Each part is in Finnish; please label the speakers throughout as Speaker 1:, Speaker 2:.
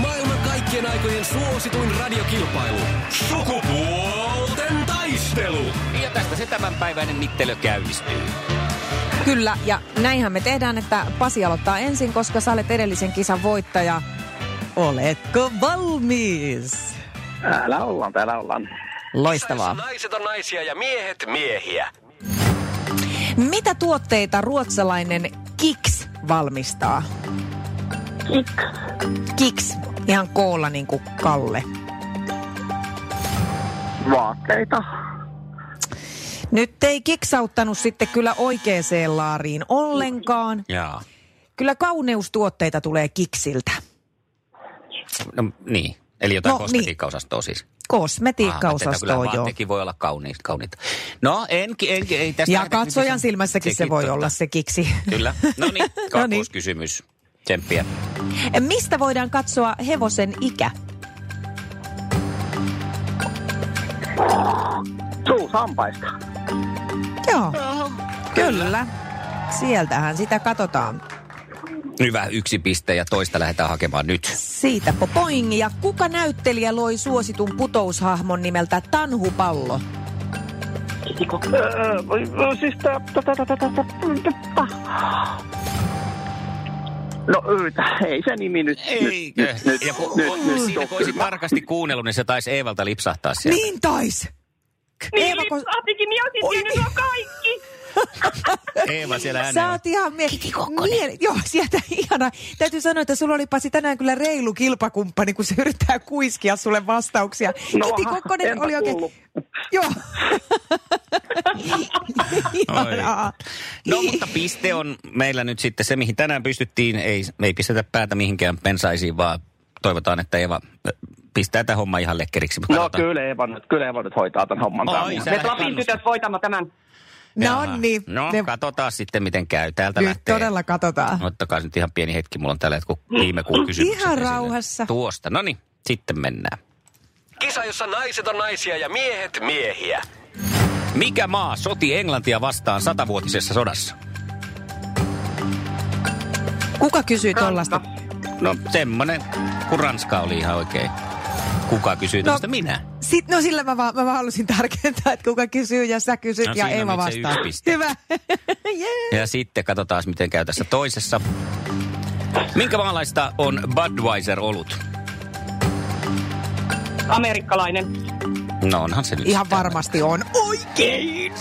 Speaker 1: Maailman kaikkien aikojen suosituin radiokilpailu. Sukupuolten taistelu.
Speaker 2: Ja tästä se tämänpäiväinen mittelö käynnistyy.
Speaker 3: Kyllä, ja näinhän me tehdään, että Pasi aloittaa ensin, koska sä olet edellisen kisan voittaja. Oletko valmis?
Speaker 4: Täällä ollaan, täällä ollaan.
Speaker 3: Loistavaa.
Speaker 1: Naiset on naisia ja miehet miehiä.
Speaker 3: Mitä tuotteita ruotsalainen Kiks valmistaa? Kiks. Kiks. Ihan koolla niin kuin Kalle.
Speaker 4: Vaatteita.
Speaker 3: Nyt ei kiksauttanut sitten kyllä oikeeseen laariin ollenkaan.
Speaker 2: Jaa.
Speaker 3: Kyllä kauneustuotteita tulee Kiksiltä.
Speaker 2: No niin. Eli jotain
Speaker 3: No,
Speaker 2: no,
Speaker 3: niin.
Speaker 2: kosmetiikkaosastoa siis. Ah,
Speaker 3: Kosmetiikkaosastoa
Speaker 2: kyllä
Speaker 3: joo.
Speaker 2: vaatteekin voi olla kauniit, kauniita. No, enki, enki, ei tästä
Speaker 3: Ja
Speaker 2: lähdetä
Speaker 3: katsojan
Speaker 2: mitään.
Speaker 3: silmässäkin se
Speaker 2: Sekin
Speaker 3: voi
Speaker 2: totta.
Speaker 3: olla se kiksi.
Speaker 2: Kyllä. No niin,
Speaker 3: No niin.
Speaker 2: kakkoskysymys. Tsemppiä.
Speaker 3: Mistä voidaan katsoa hevosen ikä?
Speaker 4: Suusampaista.
Speaker 3: Joo, kyllä. Sieltähän sitä katsotaan.
Speaker 2: Hyvä, yksi piste ja toista lähdetään hakemaan nyt.
Speaker 3: Siitä popoing. Ja kuka näyttelijä loi suositun putoushahmon nimeltä Tanhupallo?
Speaker 4: Öö, öö, siis tää... tää- tää- tää- tää- tää- tää- No öitä, ei se nimi nyt.
Speaker 2: Eikö?
Speaker 4: Nyt, nyt,
Speaker 2: Ja kun,
Speaker 4: nyt,
Speaker 2: kun,
Speaker 4: nyt,
Speaker 2: siitä, kun olisit tarkasti kuunnellut, niin se taisi Eevalta lipsahtaa sieltä.
Speaker 3: Niin tais!
Speaker 5: Niin,
Speaker 3: Eeva, kun-
Speaker 5: Atikin, minä olisin
Speaker 3: Oi
Speaker 5: tiennyt
Speaker 3: niin.
Speaker 5: nuo kaikki.
Speaker 2: Eeva siellä
Speaker 3: Sä
Speaker 2: äänellä.
Speaker 3: oot ihan mie- mie- Joo, sieltä ihana. Täytyy sanoa, että sulla oli Pasi tänään kyllä reilu kilpakumppani, kun se yrittää kuiskia sulle vastauksia.
Speaker 4: No,
Speaker 3: Kiti
Speaker 4: aha,
Speaker 3: Kokkonen
Speaker 4: enpä
Speaker 3: oli oikein...
Speaker 4: kuullut.
Speaker 3: Joo.
Speaker 2: Oi.
Speaker 3: Ihanaa.
Speaker 2: No mutta piste on meillä nyt sitten se, mihin tänään pystyttiin. Ei, ei pistetä päätä mihinkään pensaisiin, vaan toivotaan, että Eeva ö, pistää tämän homman ihan lekkeriksi. Mutta
Speaker 4: No
Speaker 2: katsotaan.
Speaker 4: kyllä Eeva nyt, kyllä Eeva nyt hoitaa tämän homman.
Speaker 2: Oi,
Speaker 4: tää on ihan-
Speaker 2: sä
Speaker 5: Me
Speaker 2: lähdet
Speaker 5: Lapin
Speaker 2: kannustaa.
Speaker 5: tytöt voitamme tämän.
Speaker 3: No
Speaker 2: Jaha.
Speaker 3: niin.
Speaker 2: No
Speaker 3: ne-
Speaker 2: katsotaan sitten, miten käy. Täältä
Speaker 3: Nyt
Speaker 2: lähtee.
Speaker 3: todella katsotaan.
Speaker 2: Ottakaa nyt ihan pieni hetki. Mulla on tällä hetkellä viime kuun kysymykset
Speaker 3: Ihan
Speaker 2: esillä.
Speaker 3: rauhassa.
Speaker 2: Tuosta. No niin, sitten mennään.
Speaker 1: Kisa, jossa naiset on naisia ja miehet miehiä.
Speaker 2: Mikä maa soti Englantia vastaan satavuotisessa sodassa?
Speaker 3: Kuka kysyy tollasta?
Speaker 2: No semmonen, kun Ranska oli ihan oikein. Kuka kysyy tästä? Minä.
Speaker 3: Sit, no sillä mä vaan, mä vaan halusin tarkentaa, että kuka kysyy ja sä kysyt
Speaker 2: No
Speaker 3: ja
Speaker 2: siinä
Speaker 3: Eeva
Speaker 2: nyt se
Speaker 3: vastaa.
Speaker 2: yksi piste.
Speaker 3: Hyvä. yeah.
Speaker 2: Ja sitten katsotaan, miten käy tässä toisessa. Minkä maalaista on Budweiser-olut?
Speaker 5: Amerikkalainen.
Speaker 2: No onhan se nyt.
Speaker 3: Ihan
Speaker 2: sitä.
Speaker 3: varmasti on. Oikein!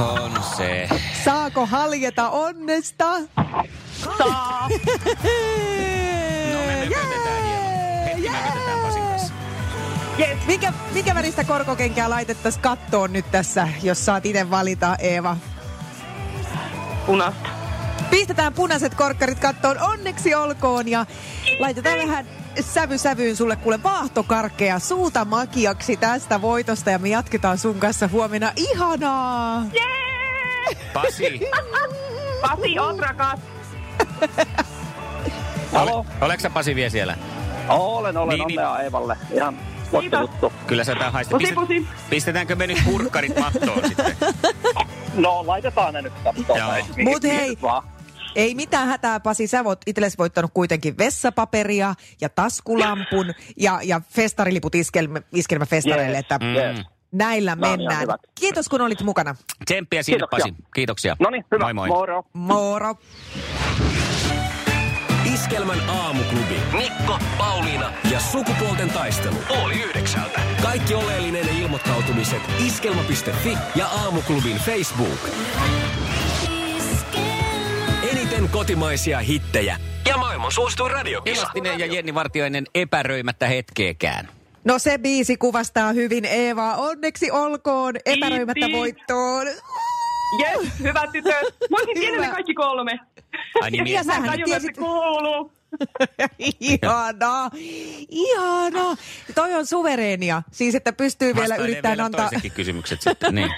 Speaker 2: On se.
Speaker 3: Saako haljeta onnesta?
Speaker 5: Saa.
Speaker 2: No me mökötetään hieman. Hetki mökötetään Pasin kanssa.
Speaker 5: Yes.
Speaker 3: Mikä, mikä väristä korkokenkää laitettaisiin kattoon nyt tässä, jos saat itse valita, Eeva?
Speaker 5: Punaista.
Speaker 3: Pistetään punaiset korkkarit kattoon, onneksi olkoon, ja laitetaan vähän sävy sävyyn sulle kuule vaahtokarkea suuta makiaksi tästä voitosta, ja me jatketaan sun kanssa huomenna. Ihanaa!
Speaker 2: Pasi,
Speaker 5: Pasi, oot rakas.
Speaker 4: Halo?
Speaker 2: Oletko sä Pasi vielä siellä?
Speaker 4: Olen, olen,
Speaker 2: Niin, niin.
Speaker 4: onnea Eevalle. Ihan loistu juttu.
Speaker 2: Kyllä sä tää haistat.
Speaker 5: Pusi, pusi.
Speaker 2: Pistetäänkö me nyt kurkkarit mattoon sitten?
Speaker 4: No laitetaan ne nyt katsomaan.
Speaker 2: Joo.
Speaker 4: että mihin-
Speaker 3: Mut hei.
Speaker 4: mihin vaan.
Speaker 3: Ei mitään hätää, Pasi. Sä oot itsellesi voittanut kuitenkin vessapaperia ja taskulampun ja, ja festariliput iskelmä, iskelmäfestareille.
Speaker 4: Yes.
Speaker 3: Että
Speaker 2: Mm.
Speaker 4: Yes.
Speaker 3: Näillä
Speaker 4: No, ihan
Speaker 3: mennään.
Speaker 4: hyvä.
Speaker 3: Kiitos kun olit mukana.
Speaker 2: Tsemppiä sinne
Speaker 4: Kiitoksia.
Speaker 2: Pasi. Kiitoksia.
Speaker 4: No niin, hyvä.
Speaker 2: Moi moi.
Speaker 4: Moro.
Speaker 3: Moro.
Speaker 1: Iskelmän aamuklubi. Mikko, Pauliina ja sukupuolten taistelu. Oli yhdeksältä. Kaikki oleellinen ilmoittautumiset iskelma.fi ja aamuklubin Facebook. Eniten kotimaisia hittejä ja maailman suosituin radiokisa.
Speaker 2: Ilastinen ja Jenni Vartiainen epäröimättä hetkeekään.
Speaker 3: No se biisi kuvastaa hyvin Eeva. Onneksi olkoon epäröimättä
Speaker 5: Kiitti.
Speaker 3: voittoon.
Speaker 5: Yes, hyvä tytöt. Mä olisin tiennyt ne
Speaker 3: Hyvä.
Speaker 5: kaikki kolme.
Speaker 2: Ai niin,
Speaker 5: Ja
Speaker 2: mies-
Speaker 5: mä
Speaker 3: Sähän
Speaker 5: tajun, että se
Speaker 3: tiesit-
Speaker 5: kuuluu.
Speaker 6: ihanaa, ihanaa. Toi on suvereenia, siis että pystyy vielä
Speaker 2: Vastailee
Speaker 6: yrittämään
Speaker 2: vielä
Speaker 6: antaa.
Speaker 2: toisenkin kysymykset sitten. Niin.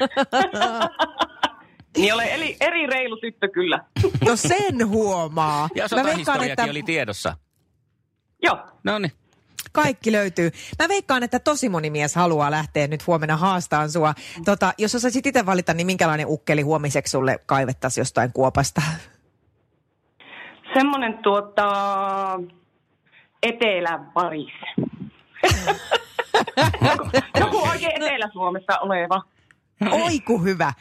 Speaker 5: Niin ole eli, eri reilu tyttö kyllä.
Speaker 6: No sen huomaa.
Speaker 2: Ja sotahistoriakin että... oli tiedossa.
Speaker 5: Joo.
Speaker 2: No niin.
Speaker 6: Kaikki löytyy. Mä veikkaan, että tosi moni mies haluaa lähteä nyt huomenna haastaan sua. Tota, jos osaisit itse valita, niin minkälainen ukkeli huomiseksi sulle kaivettaisiin jostain kuopasta?
Speaker 2: Hmm.
Speaker 5: Semmonen tuota... Etelän varis. Joku No
Speaker 2: No-
Speaker 5: oikein Etelä-Suomessa oleva. No
Speaker 6: Oi ku hyvä.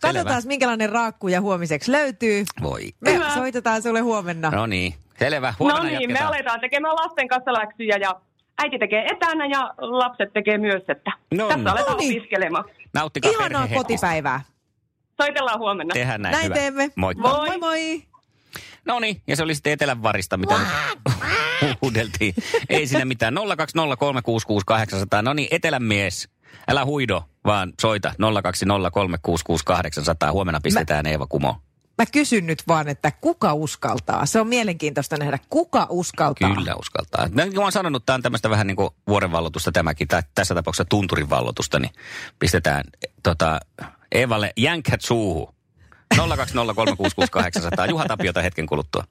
Speaker 6: Katsotaan, minkälainen raakkuja huomiseksi löytyy.
Speaker 2: Voi.
Speaker 6: Me
Speaker 5: Hyvä.
Speaker 6: soitetaan sulle huomenna.
Speaker 2: No niin. Selvä. Huomenna
Speaker 5: No niin, me
Speaker 2: jatketaan.
Speaker 5: aletaan tekemään lasten kanssa läksyjä ja äiti tekee etänä ja lapset tekee myös, että
Speaker 2: No niin.
Speaker 5: tässä aletaan
Speaker 6: No niin.
Speaker 5: opiskelemaan.
Speaker 2: Nauttikaa
Speaker 6: Ihanaa
Speaker 2: perhehetkistä.
Speaker 6: kotipäivää.
Speaker 5: Soitellaan huomenna.
Speaker 2: Tehdään näin.
Speaker 6: Näin
Speaker 2: hyvä.
Speaker 6: teemme.
Speaker 2: Moikka.
Speaker 5: Moi.
Speaker 6: moi. moi.
Speaker 2: No niin, ja se oli sitten Etelän varista, mitä nyt huudeltiin. Ei siinä mitään. 020366800. No niin, Etelän mies. Älä huido, vaan soita 020366800. Huomenna pistetään Mä... Eeva Kumo.
Speaker 6: Mä kysyn nyt vaan, että kuka uskaltaa? Se on mielenkiintoista nähdä, kuka uskaltaa.
Speaker 2: Kyllä uskaltaa. No, niin kuin mä oon sanonut, tämä on tämmöistä vähän niin kuin vuorenvallotusta tämäkin, tai tässä tapauksessa tunturin vallotusta, niin pistetään eh, tota, Eevalle jänkät suuhu. 020366800. Juha Tapiota hetken kuluttua.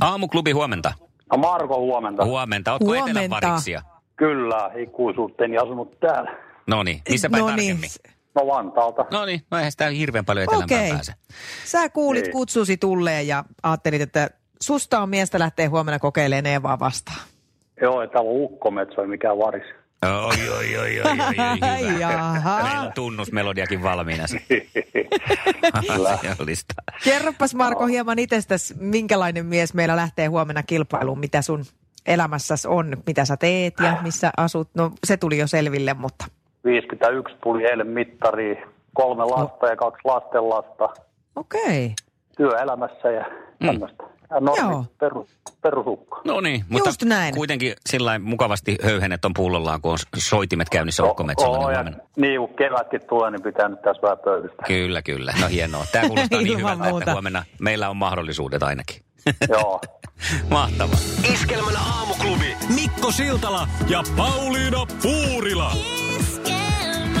Speaker 2: Aamuklubi huomenta.
Speaker 7: No Marko, huomenta.
Speaker 2: Huomenta. Ootko
Speaker 6: Huomenta.
Speaker 2: etelän variksia?
Speaker 7: Kyllä, ikuisuuteeni asunut täällä.
Speaker 2: No niin, missä päin tarkemmin?
Speaker 7: No Vantaalta.
Speaker 2: No niin, no eihän sitä hirveän paljon etelämpään
Speaker 6: Okei.
Speaker 2: okay. pääse.
Speaker 6: Sä kuulit
Speaker 7: Niin.
Speaker 6: kutsusi tulleen ja ajattelit, että susta on miestä lähtee huomenna kokeilemaan Eevaa vastaan.
Speaker 7: Joo, ei täällä ole ukkometsä, ei mikään varis.
Speaker 2: Oi, oi, oi, oi, oi, oi
Speaker 6: Jaha.
Speaker 2: hyvä. Meillä on tunnusmelodiakin valmiina. se. Asiallista.
Speaker 6: Kerropas Marko hieman itsestäsi, minkälainen mies meillä lähtee huomenna kilpailuun, mitä sun elämässäsi on, mitä sä teet ja missä asut. No se tuli jo selville, mutta
Speaker 7: 51 tuli eilen mittariin. Kolme lasta ja kaksi lastenlasta
Speaker 6: okei.
Speaker 7: työelämässä ja tämmöistä. Ja normi,
Speaker 6: Joo.
Speaker 7: perus, perusukko.
Speaker 2: No niin, mutta
Speaker 6: Just näin.
Speaker 2: kuitenkin sillä mukavasti höyhenet on pullollaan, kun on soitimet käynnissä ukkometsällä.
Speaker 7: Oo,
Speaker 2: Niin
Speaker 7: ja
Speaker 2: huomenna.
Speaker 7: niin kun kevätkin tulee, niin pitää nyt tässä vähän pöydistä.
Speaker 2: Kyllä, kyllä. No hienoa. Tämä kuulostaa niin
Speaker 6: Ilman
Speaker 2: hyvältä, että
Speaker 6: muuta.
Speaker 2: huomenna meillä on mahdollisuudet ainakin.
Speaker 7: Joo.
Speaker 2: Mahtavaa.
Speaker 1: Iskelmän aamuklubi. Mikko Siltala ja Pauliina Puurila.
Speaker 8: Esquema.